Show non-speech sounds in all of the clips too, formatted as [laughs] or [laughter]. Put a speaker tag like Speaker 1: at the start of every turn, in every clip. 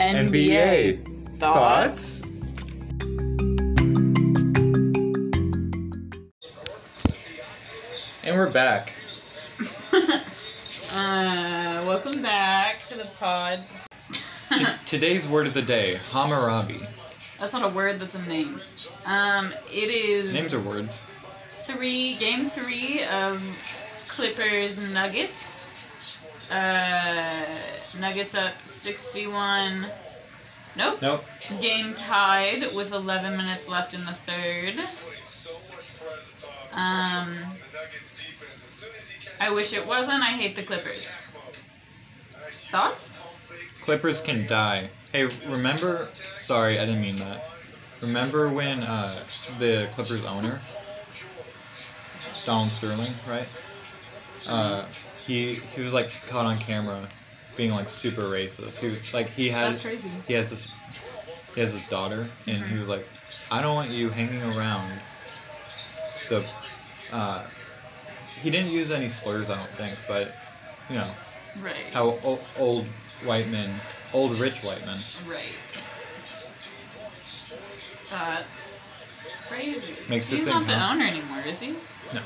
Speaker 1: NBA. Thoughts? And we're back.
Speaker 2: Uh, welcome back to the pod.
Speaker 1: T- [laughs] today's word of the day Hammurabi.
Speaker 2: That's not a word, that's a name. Um, it is
Speaker 1: Names are words.
Speaker 2: three game three of Clippers Nuggets. Uh, Nuggets up 61. Nope.
Speaker 1: Nope.
Speaker 2: Game tied with 11 minutes left in the third. Um, I wish it wasn't. I hate the Clippers. Thoughts?
Speaker 1: Clippers can die. Hey, remember? Sorry, I didn't mean that. Remember when uh, the Clippers owner, Donald Sterling, right? Uh, he he was like caught on camera being like super racist. He was like he has
Speaker 2: That's crazy. Mm-hmm.
Speaker 1: he has this he has his daughter, and he was like, I don't want you hanging around the. Uh, he didn't use any slurs, I don't think, but you know
Speaker 2: Right.
Speaker 1: how o- old white men, old rich white men,
Speaker 2: Right. That's crazy.
Speaker 1: Makes you
Speaker 2: He's
Speaker 1: think,
Speaker 2: not the
Speaker 1: huh?
Speaker 2: owner anymore, is he?
Speaker 1: no.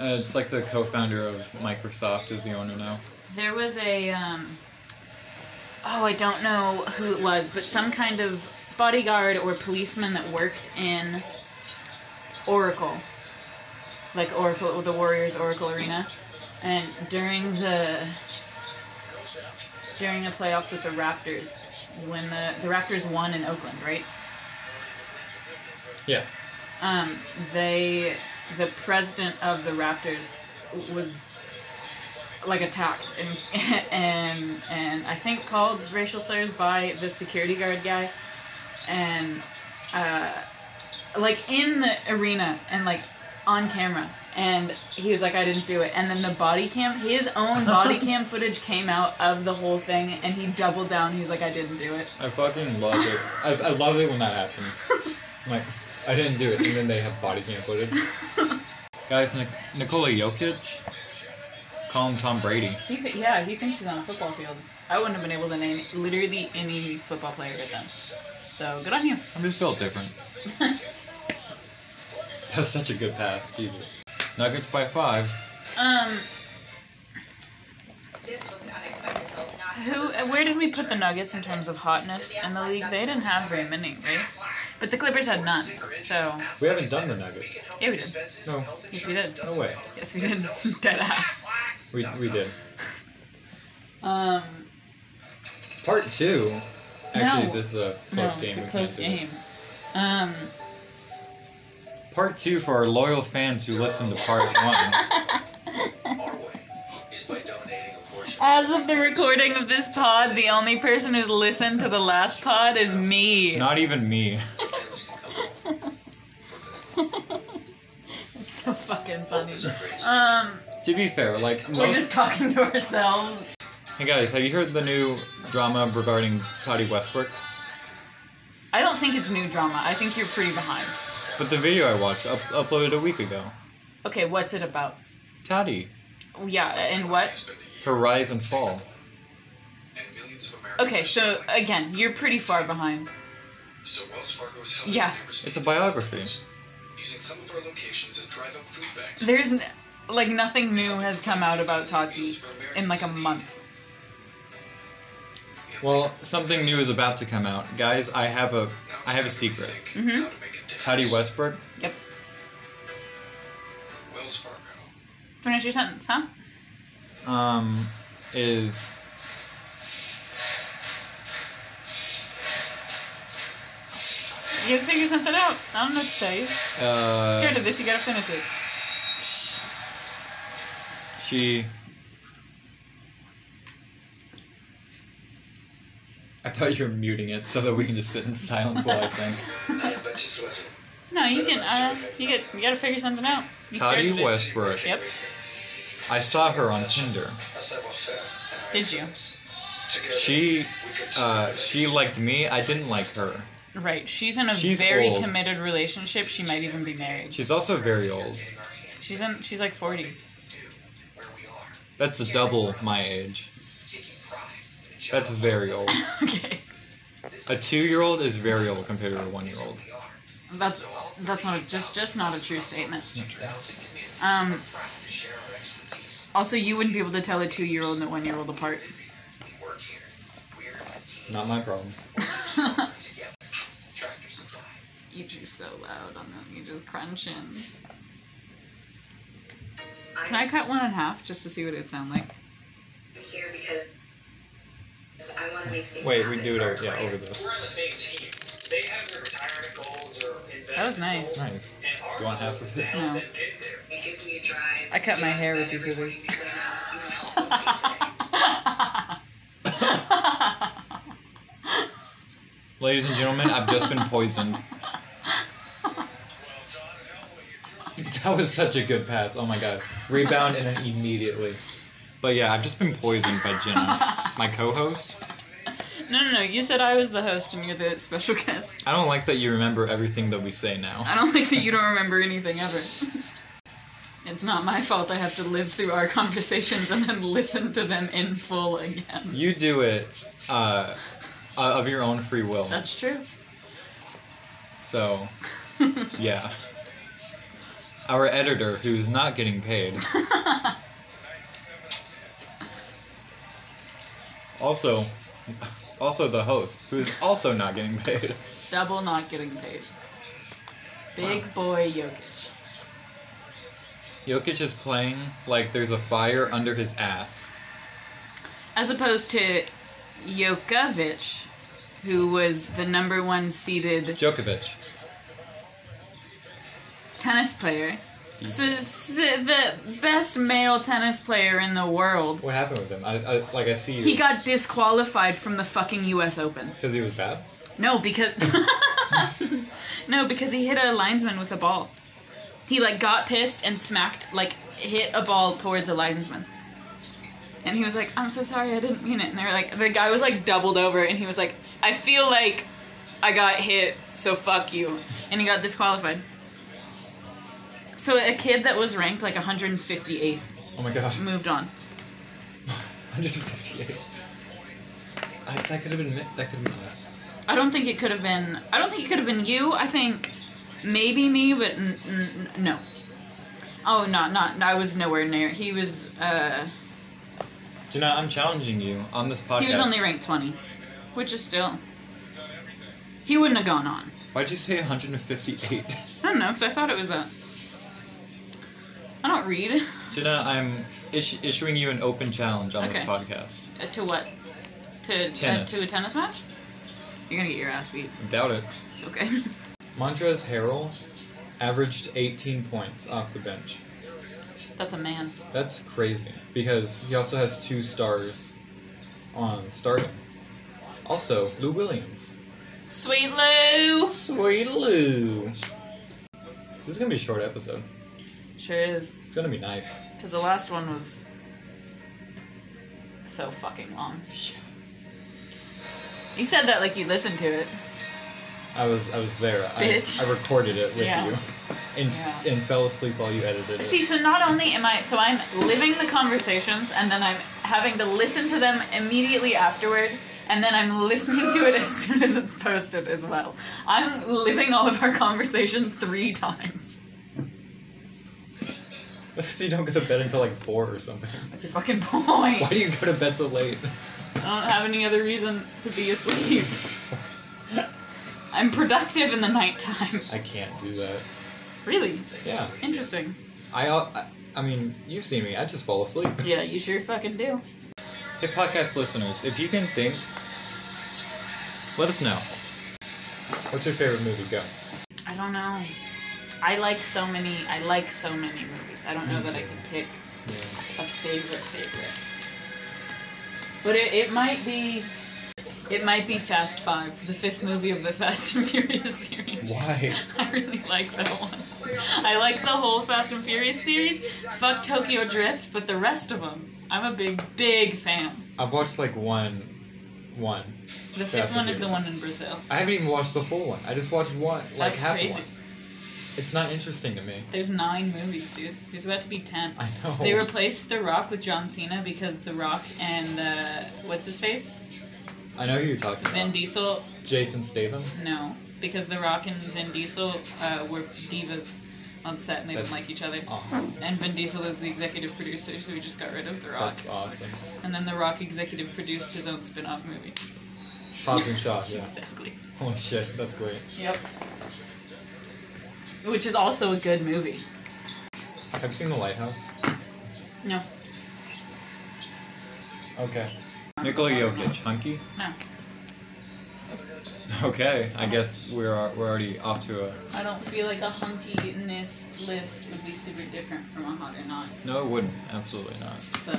Speaker 1: Uh, it's like the co-founder of Microsoft is the owner now.
Speaker 2: There was a um oh, I don't know who it was, but some kind of bodyguard or policeman that worked in Oracle. Like Oracle the Warriors Oracle Arena. And during the during the playoffs with the Raptors, when the the Raptors won in Oakland, right?
Speaker 1: Yeah.
Speaker 2: um, they the president of the Raptors was like attacked and [laughs] and and I think called racial slurs by the security guard guy and uh, like in the arena and like on camera and he was like I didn't do it and then the body cam his own body cam footage came out of the whole thing and he doubled down he was like I didn't do it
Speaker 1: I fucking love it. I, I love it when that happens. I'm like, I didn't do it, and then they have body cam footage. Guys, Nic- Nikola Jokic, call him Tom Brady.
Speaker 2: He th- yeah, he thinks he's on a football field. I wouldn't have been able to name literally any football player with them. So good on you.
Speaker 1: I'm just built different. That's such a good pass, Jesus. Nuggets by five.
Speaker 2: Um,
Speaker 3: This was an unexpected vote. Not
Speaker 2: who? Where did we put the Nuggets in terms of hotness in the league? They didn't have very many, right? But the Clippers had none. So
Speaker 1: We haven't done the Nuggets.
Speaker 2: yeah, we did.
Speaker 1: No,
Speaker 2: Yes, we did.
Speaker 1: no way.
Speaker 2: Yes, we did. [laughs] Dead ass.
Speaker 1: We, we did.
Speaker 2: Um,
Speaker 1: Part two. Actually,
Speaker 2: No.
Speaker 1: this is a
Speaker 2: no,
Speaker 1: close game.
Speaker 2: it's
Speaker 1: we
Speaker 2: a
Speaker 1: can't
Speaker 2: close
Speaker 1: do it.
Speaker 2: game. Um,
Speaker 1: Part two for our loyal fans who listened to
Speaker 2: [laughs]
Speaker 1: part one.
Speaker 2: as of the recording of this pod, the only person who's listened to the last pod is me.
Speaker 1: Not even me.
Speaker 2: It's so fucking funny. Um.
Speaker 1: to be fair, like
Speaker 2: We're
Speaker 1: most.
Speaker 2: just talking to ourselves.
Speaker 1: Hey guys, have you heard the new drama regarding Toddy Westbrook?
Speaker 2: I don't think it's new drama. I think you're pretty behind.
Speaker 1: But the video I watched up- uploaded a week ago.
Speaker 2: Okay, what's it about?
Speaker 1: Toddy,
Speaker 2: Yeah, and what?
Speaker 1: her rise and fall.
Speaker 2: Okay, so again, you're pretty far behind.
Speaker 4: So Wells Fargo is helping
Speaker 2: Yeah.
Speaker 4: neighbors
Speaker 1: It's a biography.
Speaker 4: using some of our locations as drive-up food banks.
Speaker 2: There's n- like nothing new has come out about Tati in like a month.
Speaker 1: Well, something new is about to come out, guys. I have a,
Speaker 4: Now it's
Speaker 1: I have a
Speaker 4: time to
Speaker 1: secret.
Speaker 4: rethink
Speaker 2: Mhm.
Speaker 4: how to make a difference.
Speaker 1: Toddy Westbrook,
Speaker 2: Yep. [laughs]
Speaker 4: Wells Fargo.
Speaker 2: Finish your sentence, huh?
Speaker 1: um, is.
Speaker 2: You gotta figure something out. I don't know what to tell you. You
Speaker 1: Uh,
Speaker 2: started this, you gotta finish it.
Speaker 1: she. I thought you were muting it so that we can just sit in silence while I think.
Speaker 4: Yeah, but just wasn't.
Speaker 2: No, you can. Uh, you get. You gotta figure something out. You
Speaker 1: Toddy
Speaker 2: started it.
Speaker 1: Westbrook.
Speaker 2: Yep.
Speaker 1: I saw her on Tinder.
Speaker 4: A savoir-faire and our
Speaker 2: Did you?
Speaker 4: influence. Together,
Speaker 1: She,
Speaker 4: we could turn
Speaker 1: uh,
Speaker 4: this
Speaker 1: she liked me. I didn't like her.
Speaker 2: Right. She's in a
Speaker 1: She's
Speaker 2: very
Speaker 1: old.
Speaker 2: committed relationship. She might even be married.
Speaker 1: She's also very old.
Speaker 4: in our hands
Speaker 2: She's in. She's like 40.
Speaker 4: to where we are,
Speaker 1: That's double my age.
Speaker 4: taking pride in
Speaker 1: That's very old.
Speaker 2: [laughs] okay.
Speaker 1: A two-year-old is very old compared to a one-year-old.
Speaker 2: That's that's not just just not a true statement.
Speaker 1: not true.
Speaker 2: Um. Also, you wouldn't be able to tell a two-year-old and a one-year-old apart.
Speaker 1: Not my problem.
Speaker 2: you do so loud on them. You just crunching. Can I
Speaker 5: I'm
Speaker 2: cut one in half just to see what it would sound like?
Speaker 5: here because I want to make things
Speaker 1: Wait, we
Speaker 5: happen
Speaker 1: do it
Speaker 5: for
Speaker 1: over,
Speaker 5: our
Speaker 1: yeah,
Speaker 5: clients.
Speaker 1: over this.
Speaker 6: We're on the same team. They have their retirement goals or investment
Speaker 2: That was nice.
Speaker 6: goals,
Speaker 1: Nice.
Speaker 6: and our
Speaker 1: You want
Speaker 6: goal
Speaker 1: half
Speaker 6: is
Speaker 1: of
Speaker 6: to
Speaker 1: it?
Speaker 6: help
Speaker 2: No.
Speaker 6: them get there.
Speaker 5: It gives me a drive.
Speaker 2: I cut my
Speaker 5: Yeah,
Speaker 2: hair with
Speaker 5: but
Speaker 2: these
Speaker 5: every
Speaker 2: scissors.
Speaker 5: morning you
Speaker 2: [laughs]
Speaker 5: wake up,
Speaker 1: Ladies and gentlemen, I've just been poisoned. [laughs] That was such a good pass. Oh my god. Rebound and then immediately. But yeah, I've just been poisoned by
Speaker 2: [laughs]
Speaker 1: Jenna, my co-host.
Speaker 2: [laughs] no, no, no. You said I was the host and you're the special guest.
Speaker 1: I don't like that you remember everything that we say
Speaker 2: I
Speaker 1: now.
Speaker 2: don't think that you don't remember anything ever. It's not my fault I have to live through our conversations and then listen to them in full again.
Speaker 1: You do it uh, uh, of your own free will.
Speaker 2: That's true.
Speaker 1: So, yeah. Our editor, who is not
Speaker 2: [laughs]
Speaker 1: getting paid. also, also the host, who is also not getting paid.
Speaker 2: Double not getting paid. Big boy Jokic.
Speaker 1: Jokic is playing like there's a fire under his ass.
Speaker 2: As opposed to Jokovic, who was the number one seeded
Speaker 1: Djokovic.
Speaker 2: tennis player. S- s- the best male tennis player in the world.
Speaker 1: What happened with him? I, I like I see you.
Speaker 2: He got disqualified from the fucking US Open.
Speaker 1: because he was bad.
Speaker 2: No, because [laughs] No, because he hit a linesman with a ball. He like got pissed and smacked like hit a ball towards a linesman. And he was like, "I'm so sorry, I didn't mean it." And they were like, the guy was like doubled over and he was like, "I feel like I got hit, so fuck you." And he got disqualified. So a kid that was ranked like 158th
Speaker 1: Oh my god, [laughs]
Speaker 2: moved on.
Speaker 1: 158. I, that could have been mi- that could have been us.
Speaker 2: I don't think it could have been. I don't think it could have been you. I think maybe me, but n- n- n- no. Oh, not not. I was nowhere near. He was. uh
Speaker 1: Jenna, I'm challenging you on this podcast.
Speaker 2: He was only ranked twenty, which is still. He wouldn't have gone on.
Speaker 1: Why'd you say [laughs] 158?
Speaker 2: I don't know, because I thought it was a. I don't read. [laughs]
Speaker 1: Jenna, I'm ish- issuing you an open challenge on this
Speaker 2: Okay.
Speaker 1: podcast.
Speaker 2: Uh, to what? To uh,
Speaker 1: Tennis.
Speaker 2: to a tennis match. You're gonna get your ass beat.
Speaker 1: Doubt it.
Speaker 2: Okay. [laughs]
Speaker 1: Montrez Harrell averaged 18 points off the bench.
Speaker 2: That's a man.
Speaker 1: That's crazy because he also has two stars on stardom. Also, Lou Williams.
Speaker 2: Sweet Lou.
Speaker 1: Sweet Lou. This is gonna be a short episode.
Speaker 2: Sure is.
Speaker 1: It's gonna be nice.
Speaker 2: Because the last one was so fucking long. You said that like you listened to it.
Speaker 1: I was I was there.
Speaker 2: Bitch.
Speaker 1: I, I recorded it with
Speaker 2: Yeah.
Speaker 1: you, and
Speaker 2: Yeah.
Speaker 1: and fell asleep while you edited it.
Speaker 2: See, so not only am I, so I'm living the conversations and then I'm having to listen to them immediately afterward and then I'm listening to it as soon as it's posted as well. I'm living all of our conversations three times.
Speaker 1: [laughs] That's 'cause you don't go to bed until like four or something. [laughs]
Speaker 2: That's a fucking point.
Speaker 1: Why do you go to bed so late?
Speaker 2: I don't have any other reason to be asleep. I'm productive in the nighttime.
Speaker 1: I can't do that.
Speaker 2: Really?
Speaker 1: Yeah.
Speaker 2: Interesting.
Speaker 1: I, I, I mean, you've seen me. I just fall asleep. [laughs]
Speaker 2: Yeah, you sure fucking do.
Speaker 1: Hey, podcast listeners, if you can think, let us know. What's your favorite movie? Go.
Speaker 2: I don't know. I like so many. I like so many movies. I don't know
Speaker 1: Me
Speaker 2: that I
Speaker 1: too.
Speaker 2: can pick
Speaker 1: Yeah.
Speaker 2: a favorite favorite. But it, it might be. It might be Fast Five, the fifth movie of the [laughs] Fast and Furious series.
Speaker 1: Why?
Speaker 2: [laughs] I really like that one. I like the whole Fast and Furious series. Fuck Tokyo Drift, but the rest of them, I'm a big, big fan.
Speaker 1: I've watched like one, one.
Speaker 2: The fifth
Speaker 1: Fast and
Speaker 2: one is the
Speaker 1: Furious.
Speaker 2: one in Brazil.
Speaker 1: I haven't even watched the full one. I just watched one, like
Speaker 2: That's
Speaker 1: half
Speaker 2: crazy.
Speaker 1: one. It's not interesting to me.
Speaker 2: There's nine movies, dude. There's about to be ten.
Speaker 1: I know.
Speaker 2: They replaced The Rock with John Cena because The Rock and uh, what's his face,
Speaker 1: I know who you're talking
Speaker 2: Vin
Speaker 1: about.
Speaker 2: Diesel.
Speaker 1: Jason Statham.
Speaker 2: No, because The Rock and Vin Diesel uh, were divas on set and they didn't
Speaker 1: That's-
Speaker 2: like each other.
Speaker 1: Awesome.
Speaker 2: And Vin Diesel is the executive producer, so we just got rid of The Rock.
Speaker 1: That's awesome.
Speaker 2: And then The Rock executive produced his own spin-off movie.
Speaker 1: Hobbs and Shaw. Yeah.
Speaker 2: Exactly.
Speaker 1: Oh shit, that's great.
Speaker 2: Yep. Which is also a good movie.
Speaker 1: Have you seen The Lighthouse?
Speaker 2: No.
Speaker 1: Okay. Nikola Jokic, hunky. [laughs]
Speaker 2: No.
Speaker 1: Okay, I guess we're we're already off to a.
Speaker 2: I don't feel like a hunkiness list would be super different from a hot or not.
Speaker 1: No, it wouldn't. Absolutely not.
Speaker 2: So.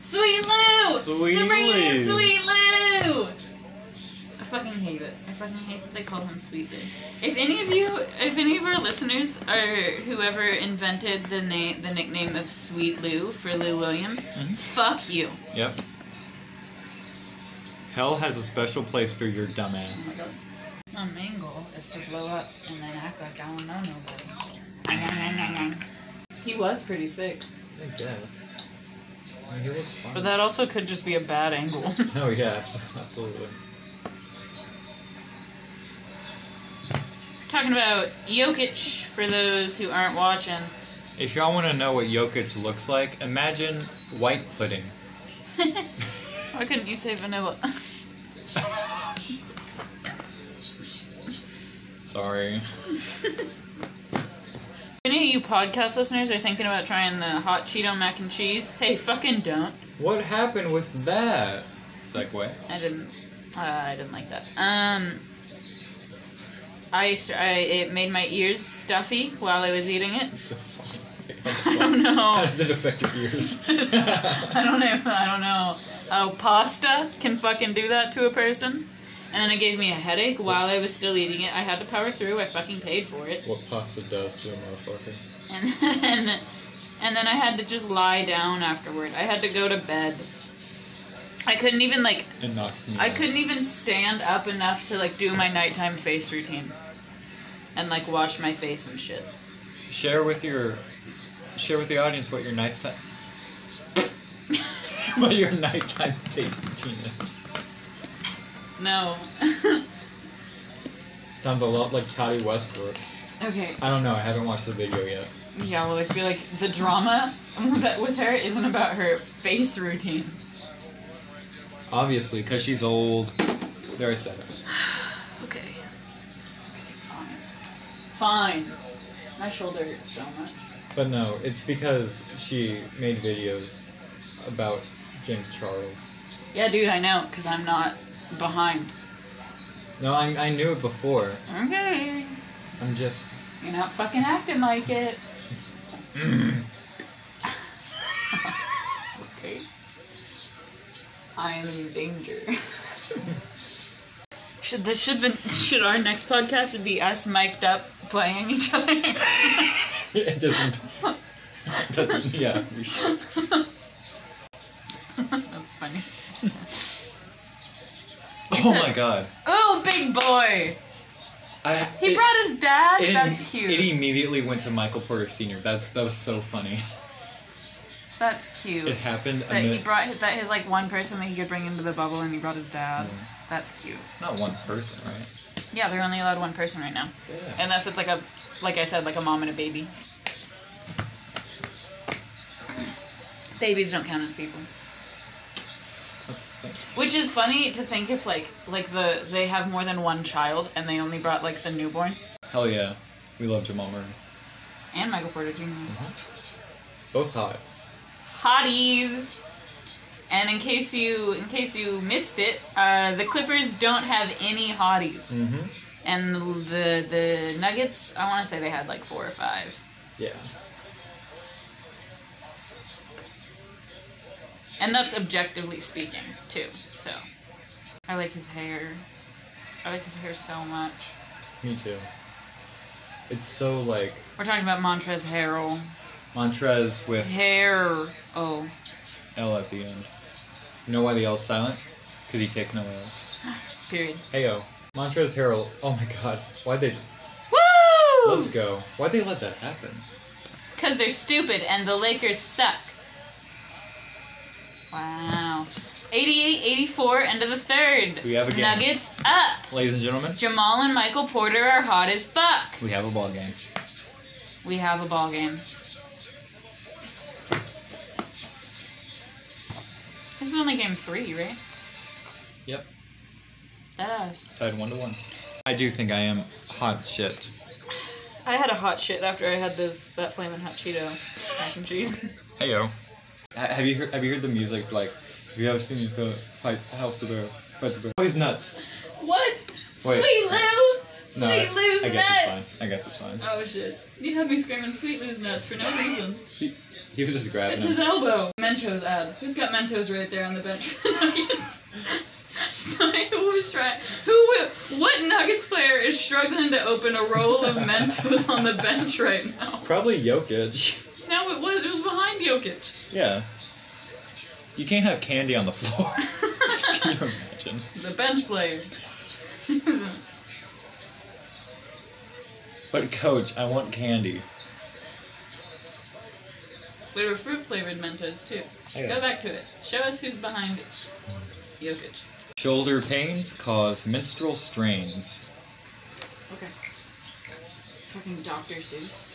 Speaker 2: Sweet Lou!
Speaker 1: Sweet
Speaker 2: They're bringing in
Speaker 1: Lou.
Speaker 2: Sweet Lou! I fucking hate it. I fucking hate that they call him Sweet Lou. If any of you, if any of our listeners or whoever invented the name, the nickname of Sweet Lou for Lou Williams,
Speaker 1: Mhm.
Speaker 2: fuck you.
Speaker 1: Yep. Hell has a special place for your dumbass.
Speaker 2: My main goal is to blow up and then act like I don't know nobody. He was pretty thick.
Speaker 1: I guess. I mean, he looks fine.
Speaker 2: But that also could just be a bad angle. [laughs]
Speaker 1: Oh yeah, [laughs] abso- absolutely.
Speaker 2: Talking about Jokic for those who aren't watching.
Speaker 1: If y'all want to know what Jokic looks like, imagine white pudding.
Speaker 2: Why couldn't you say vanilla? [laughs]
Speaker 1: Sorry.
Speaker 2: Any of you podcast listeners are thinking about trying the hot Cheeto mac and cheese? Hey, fucking don't.
Speaker 1: What happened with that segue?
Speaker 2: I didn't. Uh, I didn't like that. Um, I, s- I- it made my ears stuffy while I was eating it. [laughs]
Speaker 1: So funny. [laughs]
Speaker 2: I don't know.
Speaker 1: How does it affect your ears? [laughs]
Speaker 2: I don't know. I don't know. Oh, pasta can fucking do that to a person. And then it gave me a headache while I was still eating it. I had to power through. I fucking paid for it. [laughs]
Speaker 1: what pasta does to a motherfucker?
Speaker 2: And then, and then I had to just lie down afterward. I had to go to bed. I couldn't even like.
Speaker 1: And knock me
Speaker 2: I
Speaker 1: out.
Speaker 2: couldn't even stand up enough to like do my nighttime face routine. And like wash my face and shit.
Speaker 1: share with your share with the audience what your nice time [laughs] what your nighttime face routine is.
Speaker 2: No. [laughs]
Speaker 1: Sounds a lot like Toddy Westbrook.
Speaker 2: okay.
Speaker 1: I don't know. I haven't watched the video yet.
Speaker 2: Yeah, well, I feel like the drama [laughs] that with her isn't about her face routine.
Speaker 1: Obviously, because she's old. There I said it.
Speaker 2: Okay. Okay, fine. Fine. My shoulder hurts so much.
Speaker 1: But no, it's because she made videos about James Charles.
Speaker 2: Yeah, dude, I know, because I'm not behind.
Speaker 1: No, I, I knew it before.
Speaker 2: Okay.
Speaker 1: I'm just. [laughs]
Speaker 2: You're not fucking acting like it. okay. I am in danger. should this should the should our next podcast be us mic'd up playing each other? [laughs]
Speaker 1: it doesn't. [laughs] That's, yeah, we should.
Speaker 2: That's funny.
Speaker 1: Oh my god.
Speaker 2: Oh, big boy!
Speaker 1: I,
Speaker 2: He
Speaker 1: it-
Speaker 2: brought his
Speaker 1: [laughs]
Speaker 2: dad.
Speaker 1: it-
Speaker 2: That's cute.
Speaker 1: It immediately went to Michael Porter Sr. That's that was so funny.
Speaker 2: That's cute.
Speaker 1: It happened. a
Speaker 2: That he
Speaker 1: minute-
Speaker 2: brought that his like one person that he could bring into the bubble, and he brought his dad.
Speaker 1: Yeah.
Speaker 2: That's cute.
Speaker 1: Not one person, right?
Speaker 2: Yeah, they're only allowed one person right now.
Speaker 1: Yeah.
Speaker 2: Unless it's like a, like I said, like a mom and a baby. Babies don't count as people.
Speaker 1: Let's think.
Speaker 2: Which is funny to think if like like the they have more than one child and they only brought like the newborn
Speaker 1: Hell yeah, we love Jamal Murray.
Speaker 2: and Michael Porter Jr.
Speaker 1: Both hot.
Speaker 2: hotties. And in case you in case you missed it, uh, the Clippers don't have any hotties,
Speaker 1: Mm-hmm.
Speaker 2: and the the Nuggets. I want to say they had like four or five.
Speaker 1: Yeah.
Speaker 2: And that's objectively speaking, too. So, I like his hair. I like his hair so much.
Speaker 1: Me too. It's so like
Speaker 2: We're talking about Montrez Harrell.
Speaker 1: Montrez with
Speaker 2: Hair. Oh.
Speaker 1: L at the end. You know why the L's silent? Because he takes no L's.
Speaker 2: Period.
Speaker 1: Heyo. Montrez Harrell. Oh my god. Why'd they.
Speaker 2: Woo!
Speaker 1: Let's go. Why'd they let that happen?
Speaker 2: Because they're stupid and the Lakers suck. Wow. 88 84, end of the third.
Speaker 1: We have a game.
Speaker 2: Nuggets up.
Speaker 1: Ladies and gentlemen,
Speaker 2: Jamal and Michael Porter are hot as fuck.
Speaker 1: we have a ball game.
Speaker 2: We have a ball game. This is only game three, right?
Speaker 1: Yep.
Speaker 2: That is.
Speaker 1: Tied one to one. I do think I am hot shit.
Speaker 2: I had a hot shit after I had this that flaming hot Cheeto mac and cheese.
Speaker 1: Heyo. Have you heard, have you heard the music? Like, if you ever seen the fight, help the bear, fight the bear. Oh, he's nuts.
Speaker 2: What?
Speaker 1: Wait.
Speaker 2: Sweet Lou!
Speaker 1: No,
Speaker 2: Sweet Lou's
Speaker 1: I guess
Speaker 2: nuts!
Speaker 1: it's fine. I guess it's fine.
Speaker 2: Oh shit. You had me screaming Sweet Lou's nuts for no reason.
Speaker 1: He, he was just grabbing
Speaker 2: It's his
Speaker 1: him.
Speaker 2: elbow. Mentos ad. Who's got Mentos right there on the bench for [laughs] Nuggets? Somebody who was trying. Who? will- What Nuggets player is struggling to open a roll of Mentos on the bench right now?
Speaker 1: Probably Jokic. [laughs]
Speaker 2: No, it was it was behind Jokic.
Speaker 1: yeah. You can't have candy on the floor. [laughs] Can you imagine?
Speaker 2: the bench player. [laughs]
Speaker 1: But coach, I want candy.
Speaker 2: we were fruit flavored Mentos too.
Speaker 1: Yeah.
Speaker 2: Go back to it. Show us who's behind it. Jokic.
Speaker 1: Shoulder pains cause menstrual strains.
Speaker 2: Okay. Fucking Dr. Seuss.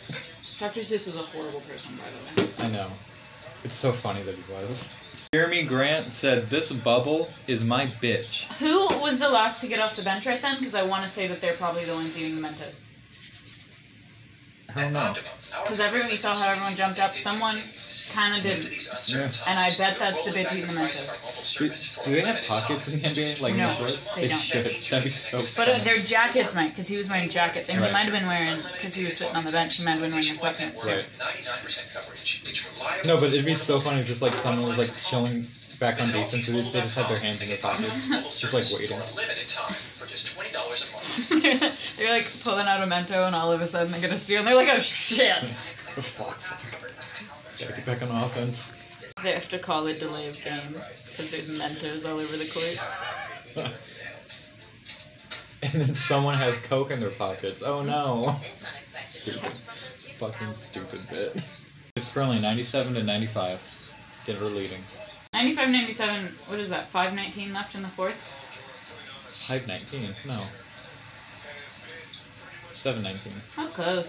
Speaker 2: Dr. Seuss was a horrible person, by the way.
Speaker 1: I know. It's so funny that he was. Jeremy Grant said, "This bubble is my bitch."
Speaker 2: Who was the last to get off the bench right then? Because I want to say that they're probably the ones eating the Mentos.
Speaker 1: I don't know.
Speaker 2: Because everyone you saw how everyone jumped up, someone kind of didn't. And I bet that's the bitch eating the Mentos.
Speaker 1: Do, do they have pockets in the NBA? Like
Speaker 2: No,
Speaker 1: in shorts?
Speaker 2: they don't.
Speaker 1: should. That'd be so
Speaker 2: But uh,
Speaker 1: funny.
Speaker 2: their jackets might, because he was wearing jackets, and
Speaker 1: Right.
Speaker 2: he might have been wearing, because he was sitting on the bench, he might have been wearing his sweatpants.
Speaker 1: Right.
Speaker 4: Right.
Speaker 1: No, but it'd be so funny if just like someone was like chilling back on defense and they just had their hands in
Speaker 2: [laughs]
Speaker 1: their pockets. Just like waiting. [laughs]
Speaker 4: limited time for just $20 a month.
Speaker 2: they're, [laughs] they're like pulling out a mento, and all of a sudden they get a steal, and they're like, oh shit!
Speaker 1: Fuck, fuck. Gotta get back on offense. [laughs]
Speaker 2: They have to call a delay of game because there's mentos all over the court.
Speaker 1: And then someone has Coke in their pockets. Oh no. Stupid. Fucking stupid bit. It's currently 97 to 95. Denver leading.
Speaker 2: 95 97, what is that, 519 left in the fourth?
Speaker 1: Hype 19. No. 719.
Speaker 2: That's close.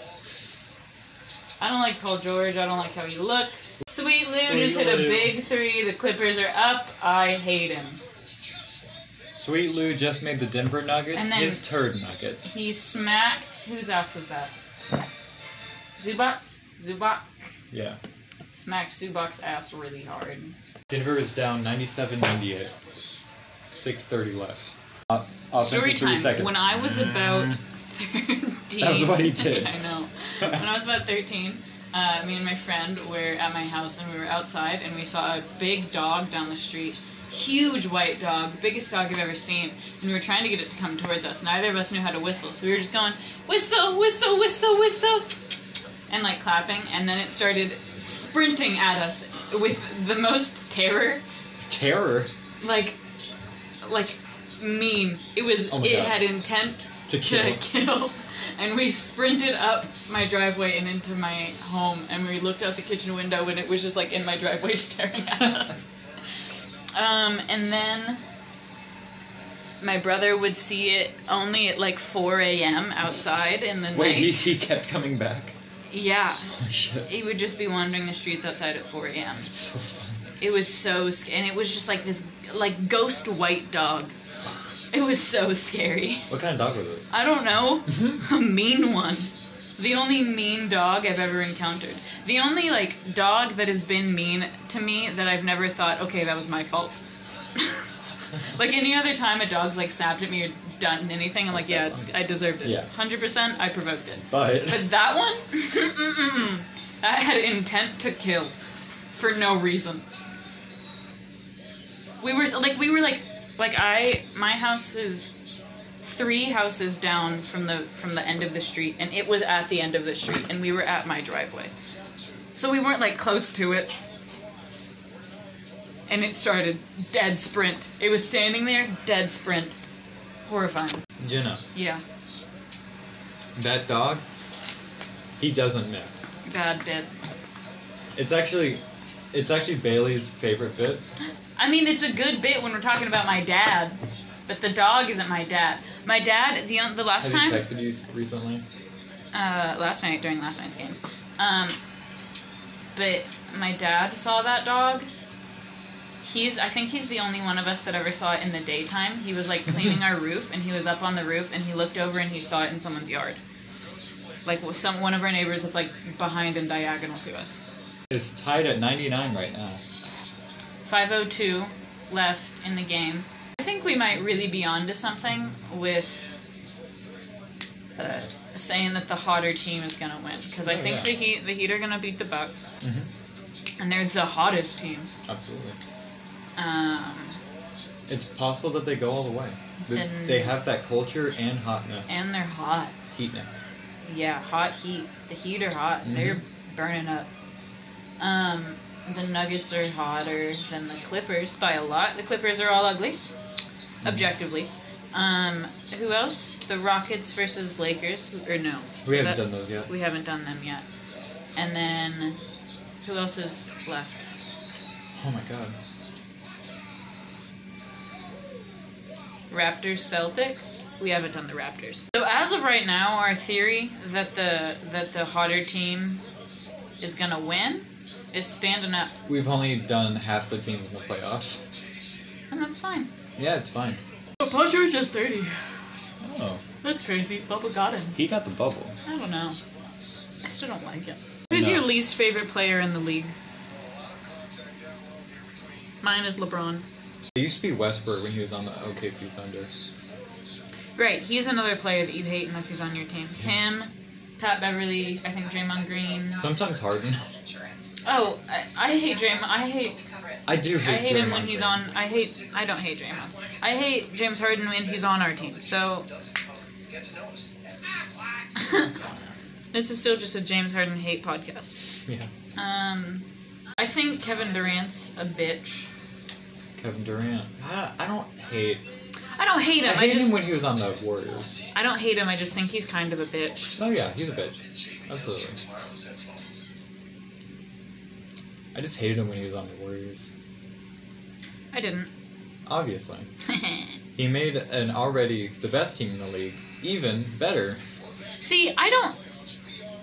Speaker 2: I don't like Paul George. I don't like how he looks. Sweet Lou
Speaker 1: Sweet
Speaker 2: just hit a
Speaker 1: Lou.
Speaker 2: big three. The Clippers are up. I hate him.
Speaker 1: Sweet Lou just made the Denver Nuggets
Speaker 2: And then-
Speaker 1: his turd nuggets.
Speaker 2: He smacked. Whose ass was that? Zubac's? Zubac
Speaker 1: Yeah.
Speaker 2: smacked Zubac's ass really hard.
Speaker 1: Denver is down 97-98. 6:30 left. Uh, offense
Speaker 2: Story
Speaker 1: in three
Speaker 2: time.
Speaker 1: seconds.
Speaker 2: When I was
Speaker 1: [laughs]
Speaker 2: about 13.
Speaker 1: That was what he did.
Speaker 2: [laughs] I know. When I was about 13, uh, me and my friend were at my house and we were outside and we saw a big dog down the street. Huge white dog, biggest dog I've ever seen. And we were trying to get it to come towards us. Neither of us knew how to whistle, so we were just going, whistle, whistle, whistle, whistle. And like clapping, and then it started sprinting at us with the most terror
Speaker 1: Terror
Speaker 2: like like mean. It was
Speaker 1: Oh my
Speaker 2: it
Speaker 1: God.
Speaker 2: had intent
Speaker 1: To kill.
Speaker 2: [laughs] kill. And we sprinted up my driveway and into my home and we looked out the kitchen window and it was just like in my driveway [laughs] staring at us. Um and then my brother would see it only at like 4 a.m. outside in the
Speaker 1: Wait, he,
Speaker 2: night.
Speaker 1: he kept coming back. [laughs]
Speaker 2: Yeah,
Speaker 1: Holy shit.
Speaker 2: he would just be wandering the streets outside at 4 a.m.
Speaker 1: It's so funny.
Speaker 2: It was so sc- and it was just like this like ghost white dog. It was so scary.
Speaker 1: What kind of dog was it?
Speaker 2: I don't know. [laughs]
Speaker 1: Mm-hmm.
Speaker 2: A mean one. The only mean dog I've ever encountered. The only like dog that has been mean to me that I've never thought, okay, that was my fault. [laughs] like any other time a dog's like sapped at me or done anything, I'm like, yeah,
Speaker 1: That's
Speaker 2: it's, I deserved it.
Speaker 1: Yeah.
Speaker 2: 100% I provoked it.
Speaker 1: But [laughs]
Speaker 2: But that one, Mm-mm-mm. I had intent to kill for no reason. We were like, we were like, like I, my house is three houses down from the from the end of the street, and it was at the end of the street, and we were at my driveway, so we weren't like close to it. And it started dead sprint. It was standing there, dead sprint, horrifying.
Speaker 1: Jenna,
Speaker 2: Yeah.
Speaker 1: that dog He doesn't miss.
Speaker 2: Bad bit.
Speaker 1: It's actually, it's actually Bailey's favorite bit.
Speaker 2: I mean, it's a good bit when we're talking about my dad, but the dog isn't my dad. My dad, the on- the last
Speaker 1: Have
Speaker 2: time,
Speaker 1: he texted you s- recently?
Speaker 2: uh, last night during last night's games, um, but my dad saw that dog. He's, I think he's the only one of us that ever saw it in the daytime. He was like cleaning
Speaker 1: [laughs]
Speaker 2: our roof, and he was up on the roof, and he looked over and he saw it in someone's yard, like well, some one of our neighbors that's like behind and diagonal to us.
Speaker 1: It's tied at 99 right now.
Speaker 2: 502 left in the game. I think we might really be on to something with uh, saying that the hotter team is going to win because I
Speaker 1: Oh,
Speaker 2: think
Speaker 1: yeah.
Speaker 2: the Heat the Heat are going to beat the Bucks
Speaker 1: Mhm.
Speaker 2: and they're the hottest team.
Speaker 1: Absolutely.
Speaker 2: Um,
Speaker 1: It's possible that they go all the way. Th-
Speaker 2: And-
Speaker 1: they have that culture and hotness,
Speaker 2: and they're hot.
Speaker 1: heatness.
Speaker 2: Yeah, hot heat. The Heat are hot.
Speaker 1: Mm-hmm.
Speaker 2: They're burning up. Um, the Nuggets are hotter than the Clippers by a lot. The Clippers are all ugly,
Speaker 1: Mm-hmm.
Speaker 2: objectively. Um, who else? The Rockets versus Lakers, or no?
Speaker 1: We
Speaker 2: Is
Speaker 1: haven't
Speaker 2: that-
Speaker 1: done those yet.
Speaker 2: We haven't done them yet. And then, who else is left?
Speaker 1: Oh my god.
Speaker 2: Raptors Celtics. We haven't done the Raptors. So as of right now, our theory that the that the hotter team is gonna win is standing up,
Speaker 1: We've only done half the teams in the playoffs. [laughs]
Speaker 2: and that's fine.
Speaker 1: Yeah, it's fine.
Speaker 2: But Puncher was just thirty.
Speaker 1: Oh,
Speaker 2: That's crazy. Bubba got him.
Speaker 1: he got the bubble.
Speaker 2: I don't know. I still don't like it. Who's
Speaker 1: No.
Speaker 2: your least favorite player in the league? Mine is LeBron.
Speaker 1: It used to be Westbrook when he was on the OKC Thunder.
Speaker 2: Right, he's another player that you hate unless he's on your team. Him, Pat Beverly, I think Draymond Green.
Speaker 1: Sometimes Harden. [laughs]
Speaker 2: Oh, I, I hate Draymond. I hate
Speaker 1: I do hate.
Speaker 2: I hate him when
Speaker 1: Draymond
Speaker 2: he's
Speaker 1: Green.
Speaker 2: on. I hate. I don't hate Draymond. I hate James Harden when he's on our team. So
Speaker 4: Get to know us.
Speaker 2: this is still just a James Harden hate podcast.
Speaker 1: [laughs] Yeah,
Speaker 2: Um, I think Kevin Durant's a bitch.
Speaker 1: Kevin Durant. I, I don't hate.
Speaker 2: I don't hate
Speaker 1: I
Speaker 2: him. I,
Speaker 1: hate
Speaker 2: just.
Speaker 1: him when he was on the Warriors.
Speaker 2: I don't hate him. I just think he's kind of a bitch.
Speaker 1: Oh yeah, he's a bitch. Absolutely.
Speaker 4: Wireless headphones.
Speaker 1: I just hated him when he was on the Warriors.
Speaker 2: I didn't. [laughs]
Speaker 1: Obviously. He made an already the best team in the league even better.
Speaker 2: See, I don't.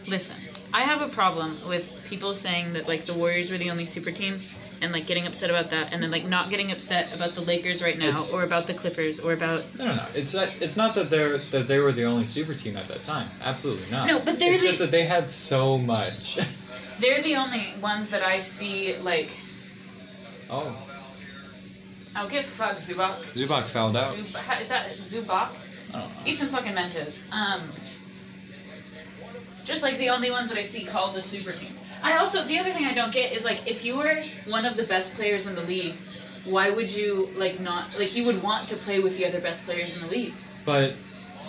Speaker 2: Listen, I have a problem with people saying that like the Warriors were the only super team, and like getting upset about that, and then like not getting upset about the Lakers right now,
Speaker 1: It's-
Speaker 2: or about the Clippers, or about
Speaker 1: No, no, no. It's not, it's not that they're that they were the only super team at that time. Absolutely not.
Speaker 2: No, but they're
Speaker 1: it's just
Speaker 2: the-
Speaker 1: that they had so much. [laughs]
Speaker 2: They're the only ones that I see, like,
Speaker 1: oh,
Speaker 2: I'll get fuck Zubak.
Speaker 1: Zubac fouled out.
Speaker 2: Zub- how- is that Zubak?
Speaker 1: I don't know.
Speaker 2: Eat some fucking Mentos. Um, just like the only ones that I see called the super team. I also, the other thing I don't get is, like, if you were one of the best players in the league, why would you, like, not, like, you would want to play with the other best players in the league?
Speaker 1: But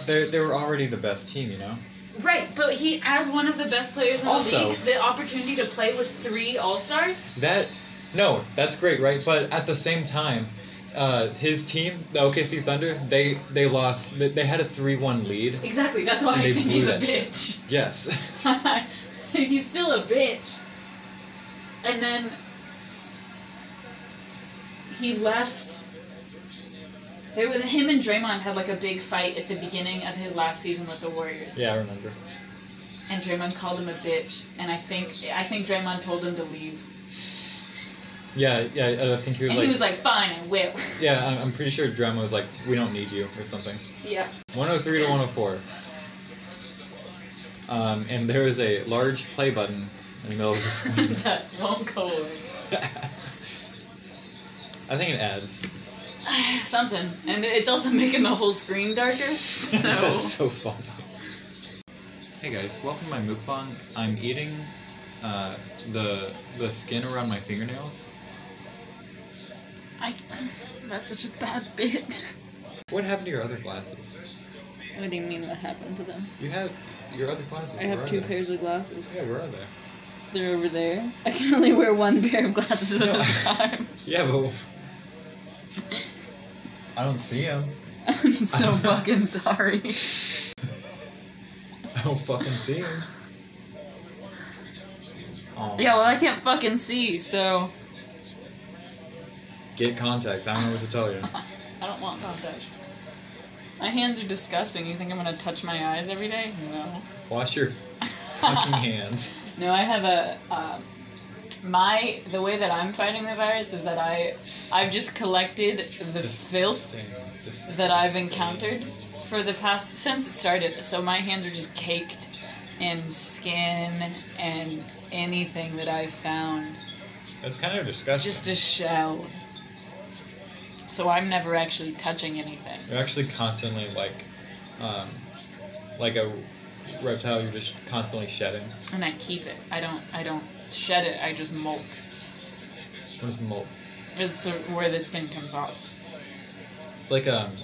Speaker 1: they they were already the best team, you know.
Speaker 2: Right, but he, as one of the best players in
Speaker 1: Also-
Speaker 2: the league, the opportunity to play with three All Stars?
Speaker 1: That no, that's great, right? But at the same time, uh, his team, the OKC Thunder, they they lost. They, they had a three-one lead.
Speaker 2: Exactly, that's why
Speaker 1: And
Speaker 2: I
Speaker 1: they
Speaker 2: think
Speaker 1: blew
Speaker 2: [laughs] he's a
Speaker 1: that shit.
Speaker 2: bitch.
Speaker 1: Yes. [laughs]
Speaker 2: [laughs] he's still a bitch. And then he left. They were, him and Draymond had like a big fight at the beginning of his last season with the Warriors,
Speaker 1: yeah, I remember.
Speaker 2: and Draymond called him a bitch. And I think I think Draymond told him to leave,
Speaker 1: Yeah, yeah. I think he was
Speaker 2: and
Speaker 1: like,
Speaker 2: he was like, "Fine, I will." [laughs]
Speaker 1: yeah. I'm, I'm pretty sure Drama was like, we don't need you or something. [laughs]
Speaker 2: yeah.
Speaker 1: 103 to 104. Um, and there is a large play button in the middle of the screen.
Speaker 2: [laughs] that won't go away.
Speaker 1: I think it adds.
Speaker 2: [sighs] Something, and it's also making the whole screen darker. So
Speaker 1: [laughs] That's so funny. Hey guys, welcome to my mukbang. I'm eating uh, the the skin around my fingernails.
Speaker 2: I, that's such a bad bit. [laughs]
Speaker 1: What happened to your other glasses?
Speaker 2: What do you mean? What happened to them?
Speaker 1: You have your other glasses.
Speaker 2: I
Speaker 1: where
Speaker 2: have
Speaker 1: are
Speaker 2: two
Speaker 1: they?
Speaker 2: pairs of glasses.
Speaker 1: Yeah, where are they?
Speaker 2: They're over there. I can only wear one pair of glasses at
Speaker 1: No.
Speaker 2: a time.
Speaker 1: [laughs] Yeah, but I don't see [laughs] them.
Speaker 2: I'm
Speaker 1: [laughs]
Speaker 2: so fucking sorry.
Speaker 1: I don't fucking see them. Oh.
Speaker 2: Yeah, well, I can't fucking see, so
Speaker 1: Get contacts. I don't know what to tell you.
Speaker 2: I don't want contact. My hands are disgusting. You think I'm gonna touch my eyes every day? No.
Speaker 1: Wash your
Speaker 2: [laughs]
Speaker 1: fucking hands.
Speaker 2: No, I have a. Um, my the way that I'm fighting the virus is that I I've just collected the filth that I've encountered for the past since it started. So my hands are just caked in skin and anything that I've found.
Speaker 1: That's kind of disgusting.
Speaker 2: Just a shell. So I'm never actually touching anything.
Speaker 1: You're actually constantly like, um, like a reptile. You're just constantly shedding.
Speaker 2: And I keep it. I don't I don't shed it, I just molt.
Speaker 1: What is molt?
Speaker 2: It's uh, where the skin comes off.
Speaker 1: It's like um,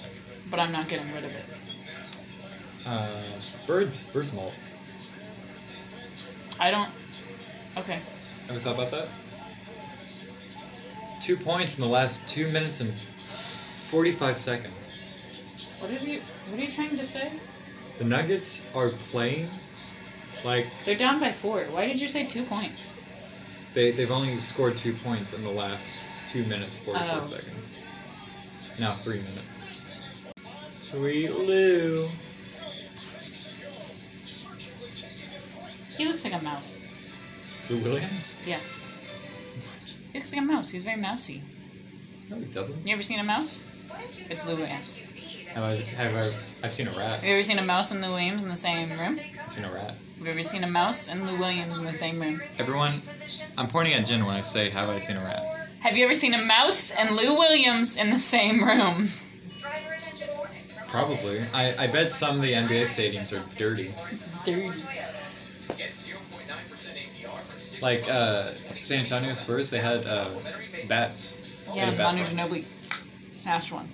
Speaker 2: But I'm not getting rid of it.
Speaker 1: uh, birds. Birds molt.
Speaker 2: I don't Okay.
Speaker 1: Ever thought about that? Two points in the last two minutes and forty-five seconds.
Speaker 2: What are you what are you trying to say?
Speaker 1: The Nuggets are playing like
Speaker 2: They're down by four. Why did you say two points?
Speaker 1: They they've only scored two points in the last two minutes forty four
Speaker 2: Oh.
Speaker 1: seconds. Now three minutes. Sweet Lou.
Speaker 2: He looks like a mouse.
Speaker 1: Lou Williams?
Speaker 2: Yeah. He looks like a mouse. He's very mousy.
Speaker 1: No, he doesn't.
Speaker 2: You ever seen a mouse? It's Lou Williams.
Speaker 1: Have I have I I've seen a rat.
Speaker 2: Have you ever seen a mouse and Lou Williams in the same room?
Speaker 1: I've seen a rat.
Speaker 2: Have you ever seen a mouse and Lou Williams in the same room?
Speaker 1: Everyone I'm pointing at Jen when I say have I seen a rat.
Speaker 2: Have you ever seen a mouse and Lou Williams in the same room?
Speaker 5: Driver attention warning. From
Speaker 1: Probably. I, I bet some of the NBA stadiums are dirty.
Speaker 2: Dirty.
Speaker 1: Like uh San Antonio Spurs they had uh bats. They
Speaker 2: Yeah,
Speaker 1: had a bat
Speaker 2: Manu
Speaker 1: farm.
Speaker 2: Ginobili snatched one.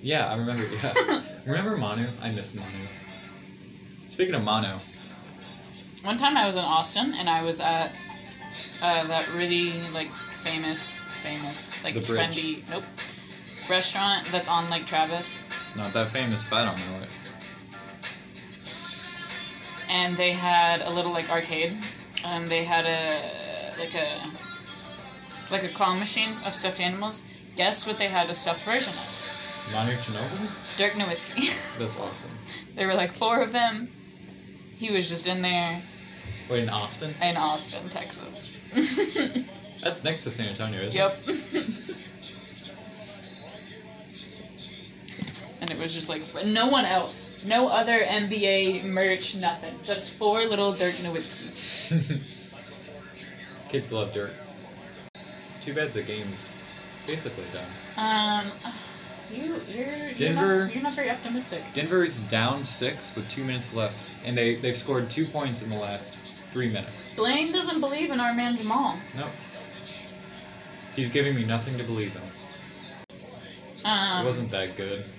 Speaker 1: Yeah, I remember. Yeah,
Speaker 2: [laughs]
Speaker 1: remember Manu? I miss Manu. Speaking of Manu,
Speaker 2: One time I was in Austin and I was at uh, that really like famous, famous, like
Speaker 1: The bridge.
Speaker 2: trendy, nope, restaurant that's on Lake Travis.
Speaker 1: not that famous, but I don't know it.
Speaker 2: and they had a little like arcade. Um, they had a like a like a claw machine of stuffed animals. Guess what they had a stuffed version of?
Speaker 1: Manu Ginobili?
Speaker 2: Dirk Nowitzki. [laughs]
Speaker 1: That's awesome.
Speaker 2: there were like four of them. He was just in there
Speaker 1: Wait, in Austin?
Speaker 2: in Austin, Texas. [laughs]
Speaker 1: That's next to San Antonio, isn't
Speaker 2: yep.
Speaker 1: it?
Speaker 2: and it was just like for- no one else, no other NBA merch, nothing. Just four little Dirk Nowitzkis.
Speaker 1: Yep. Kids love dirt. Too bad the game's basically done.
Speaker 2: Um, you you're you're
Speaker 1: Denver-
Speaker 2: not, you're not very optimistic.
Speaker 1: Denver's down six with two minutes left, and they, they've scored two points in the last three minutes.
Speaker 2: Blaine doesn't believe in our man Jamal.
Speaker 1: Nope. He's giving me nothing to believe in. It
Speaker 2: Um,
Speaker 1: wasn't that good. [laughs]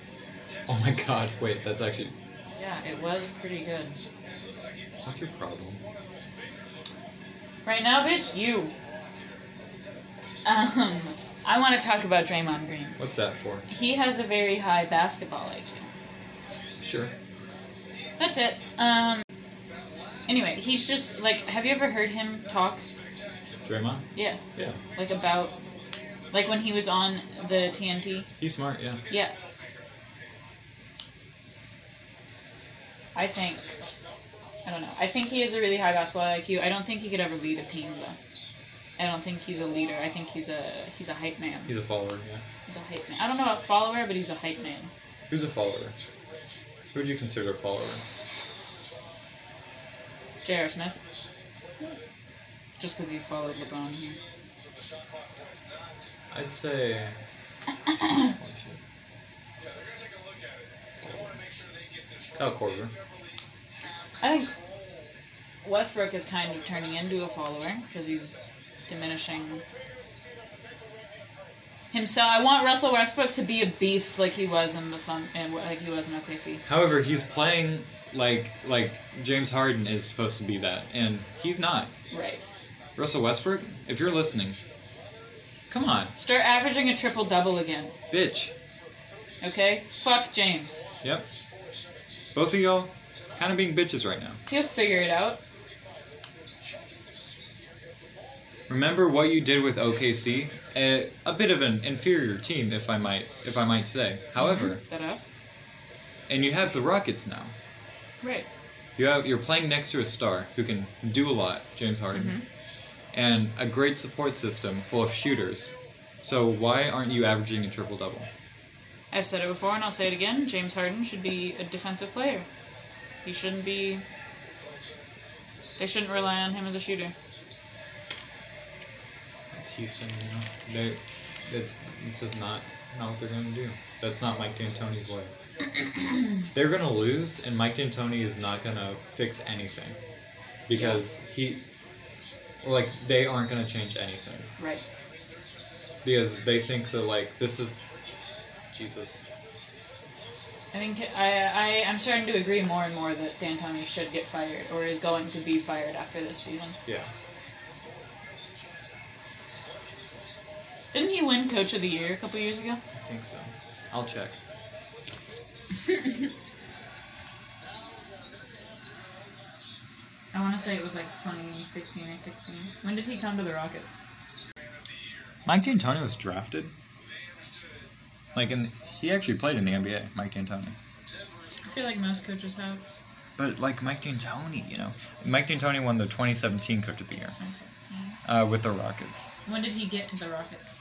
Speaker 1: Oh my god, wait, that's actually.
Speaker 2: Yeah, it was pretty good.
Speaker 1: What's your problem?
Speaker 2: Right now, bitch, you. Um, I want to talk about Draymond Green.
Speaker 1: What's that for?
Speaker 2: He has a very high basketball IQ.
Speaker 1: Sure.
Speaker 2: That's it. Um. Anyway, he's just like, have you ever heard him talk?
Speaker 1: Draymond?
Speaker 2: Yeah,
Speaker 1: Yeah.
Speaker 2: like about, like when he was on the TNT.
Speaker 1: He's smart, yeah.
Speaker 2: Yeah. I think. I don't know. I think he has a really high basketball IQ. I don't think he could ever lead a team though. I don't think he's a leader. I think he's a he's a hype man.
Speaker 1: He's a follower, yeah.
Speaker 2: He's a hype man. I don't know about follower, but he's a hype man.
Speaker 1: Who's a follower? Who would you consider a follower?
Speaker 2: J.R. Smith. Just because he followed LeBron. here.
Speaker 1: I'd say. [coughs] Kyle Korver.
Speaker 2: I think Westbrook is kind of turning into a follower because he's diminishing himself. I want Russell Westbrook to be a beast like he was in the fun and like he was in OKC.
Speaker 1: However, he's playing like like James Harden is supposed to be that, and he's not.
Speaker 2: Right.
Speaker 1: Russell Westbrook, if you're listening, come on,
Speaker 2: Start averaging a triple double again.
Speaker 1: bitch.
Speaker 2: Okay. Fuck James.
Speaker 1: Yep. Both of y'all kind of being bitches right now.
Speaker 2: He'll figure it out.
Speaker 1: Remember what you did with OKC, a, a bit of an inferior team, if I might, if I might say. However,
Speaker 2: That ass?
Speaker 1: and you have the Rockets now.
Speaker 2: Right.
Speaker 1: You have you're playing next to a star who can do a lot, James Harden, and a great support system full of shooters. So why aren't you averaging a triple double?
Speaker 2: I've said it before and I'll say it again. James Harden should be a defensive player. He shouldn't be. They shouldn't rely on him as a shooter.
Speaker 1: It's Houston, you know. They, it's it's just not not what they're gonna do. That's not Mike D'Antoni's way. they're gonna lose, and Mike D'Antoni is not gonna fix anything because he, like, they aren't gonna change anything
Speaker 2: Right.
Speaker 1: because they think that like this is Jesus.
Speaker 2: I think I, I I'm starting to agree more and more that D'Antoni should get fired or is going to be fired after this season.
Speaker 1: Yeah.
Speaker 2: Didn't he win Coach of the Year a couple years ago?
Speaker 1: I think so. I'll check.
Speaker 2: I want to say it was like 2015 or 16. When did he come to the Rockets?
Speaker 1: Mike D'Antoni was drafted. Like, in, he actually played in the NBA, Mike D'Antoni.
Speaker 2: I feel like most coaches have.
Speaker 1: But like Mike D'Antoni, you know, Mike D'Antoni won the 2017 Coach of the Year
Speaker 2: 2017.
Speaker 1: uh, with the Rockets.
Speaker 2: When did he get to the Rockets?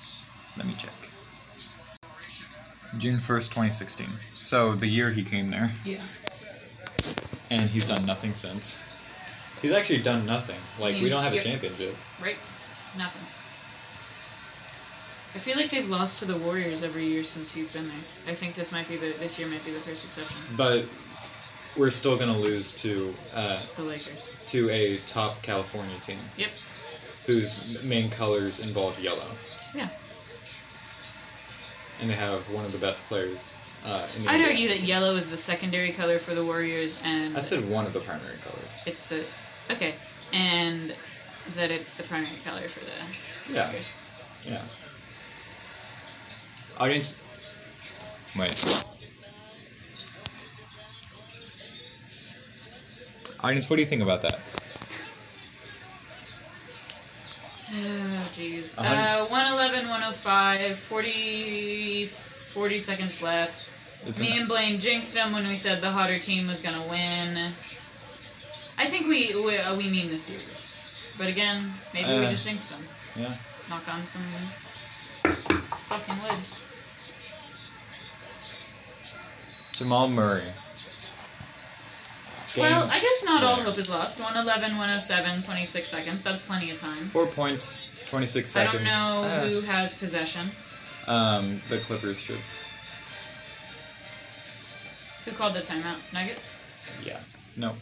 Speaker 1: Let me check. June 1st, 2016. So the year he came there,
Speaker 2: Yeah.
Speaker 1: and he's done nothing since. He's actually done nothing. Like we
Speaker 2: He's-
Speaker 1: don't have a
Speaker 2: yep.
Speaker 1: championship.
Speaker 2: Right? Nothing. I feel like they've lost to the Warriors every year since he's been there. I think this might be the this year might be the first exception.
Speaker 1: But we're still gonna lose to uh,
Speaker 2: The Lakers.
Speaker 1: to a top California team
Speaker 2: Yep.
Speaker 1: whose main colors involve yellow,
Speaker 2: Yeah.
Speaker 1: and they have one of the best players. Uh, in the
Speaker 2: I'd
Speaker 1: NBA.
Speaker 2: argue that yellow is the secondary color for the Warriors, and
Speaker 1: I said one of the primary colors.
Speaker 2: it's the okay, and that it's the primary color for the
Speaker 1: Yeah.
Speaker 2: Lakers.
Speaker 1: Yeah. Audience. Wait. Audience, what do you think about that?
Speaker 2: Oh, jeez.
Speaker 1: A hundred-
Speaker 2: Uh, 111, 105, 40, 40 seconds left.
Speaker 1: It's
Speaker 2: Me
Speaker 1: an-
Speaker 2: and Blaine jinxed them when we said the hotter team was going to win. I think we we, uh, we mean the series. But again, maybe we
Speaker 1: Uh.
Speaker 2: just jinxed them.
Speaker 1: yeah.
Speaker 2: Knock on some fucking wood.
Speaker 1: Jamal Murray. Game,
Speaker 2: Well, I guess not all
Speaker 1: winner.
Speaker 2: hope is lost. 111, 107, 26 oh seconds. That's plenty of time.
Speaker 1: Four points, 26
Speaker 2: I
Speaker 1: seconds.
Speaker 2: don't know
Speaker 1: Ah.
Speaker 2: who has possession.
Speaker 1: who. Um, the Clippers should.
Speaker 2: Who called the timeout? Nuggets?
Speaker 1: Yeah. No.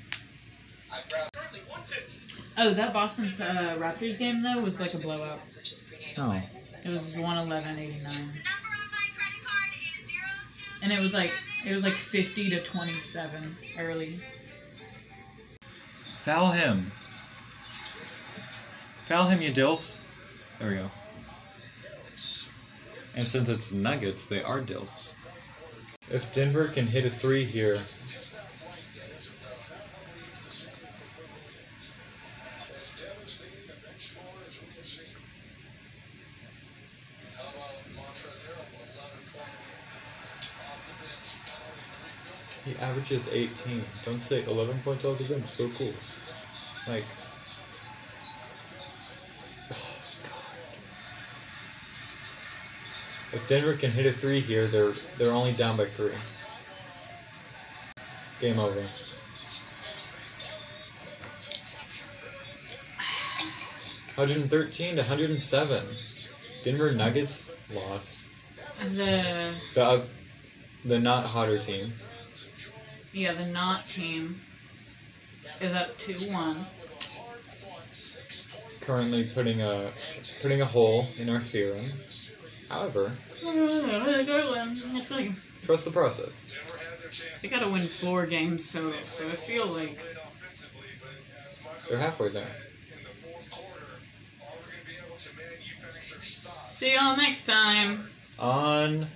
Speaker 2: Oh, that Boston uh, Raptors game though was like a blowout.
Speaker 1: No.
Speaker 2: It was one eleven eighty nine, and it was like it was like fifty to twenty seven early.
Speaker 1: Foul him. Foul him, you dilfs. There we go. And since it's Nuggets, they are dilfs. If Denver can hit a three here. He averages 18. Don't say 11 points all the game. So cool. Like. [sighs] If Denver can hit a three here, they're they're only down by three. Game over. Hundred and thirteen to hundred and seven. Denver Nuggets lost.
Speaker 2: The
Speaker 1: The uh, the not hotter team.
Speaker 2: yeah the not team is up two one.
Speaker 1: currently putting a putting a hole in our theorem. However,
Speaker 2: It's like
Speaker 1: trust the process.
Speaker 2: they gotta win four games, so so I feel like
Speaker 1: They're halfway there.
Speaker 2: see y'all next time.
Speaker 1: On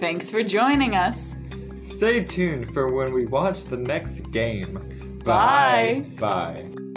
Speaker 2: Thanks for joining us.
Speaker 1: Stay tuned for when we watch the next game. Bye. Bye.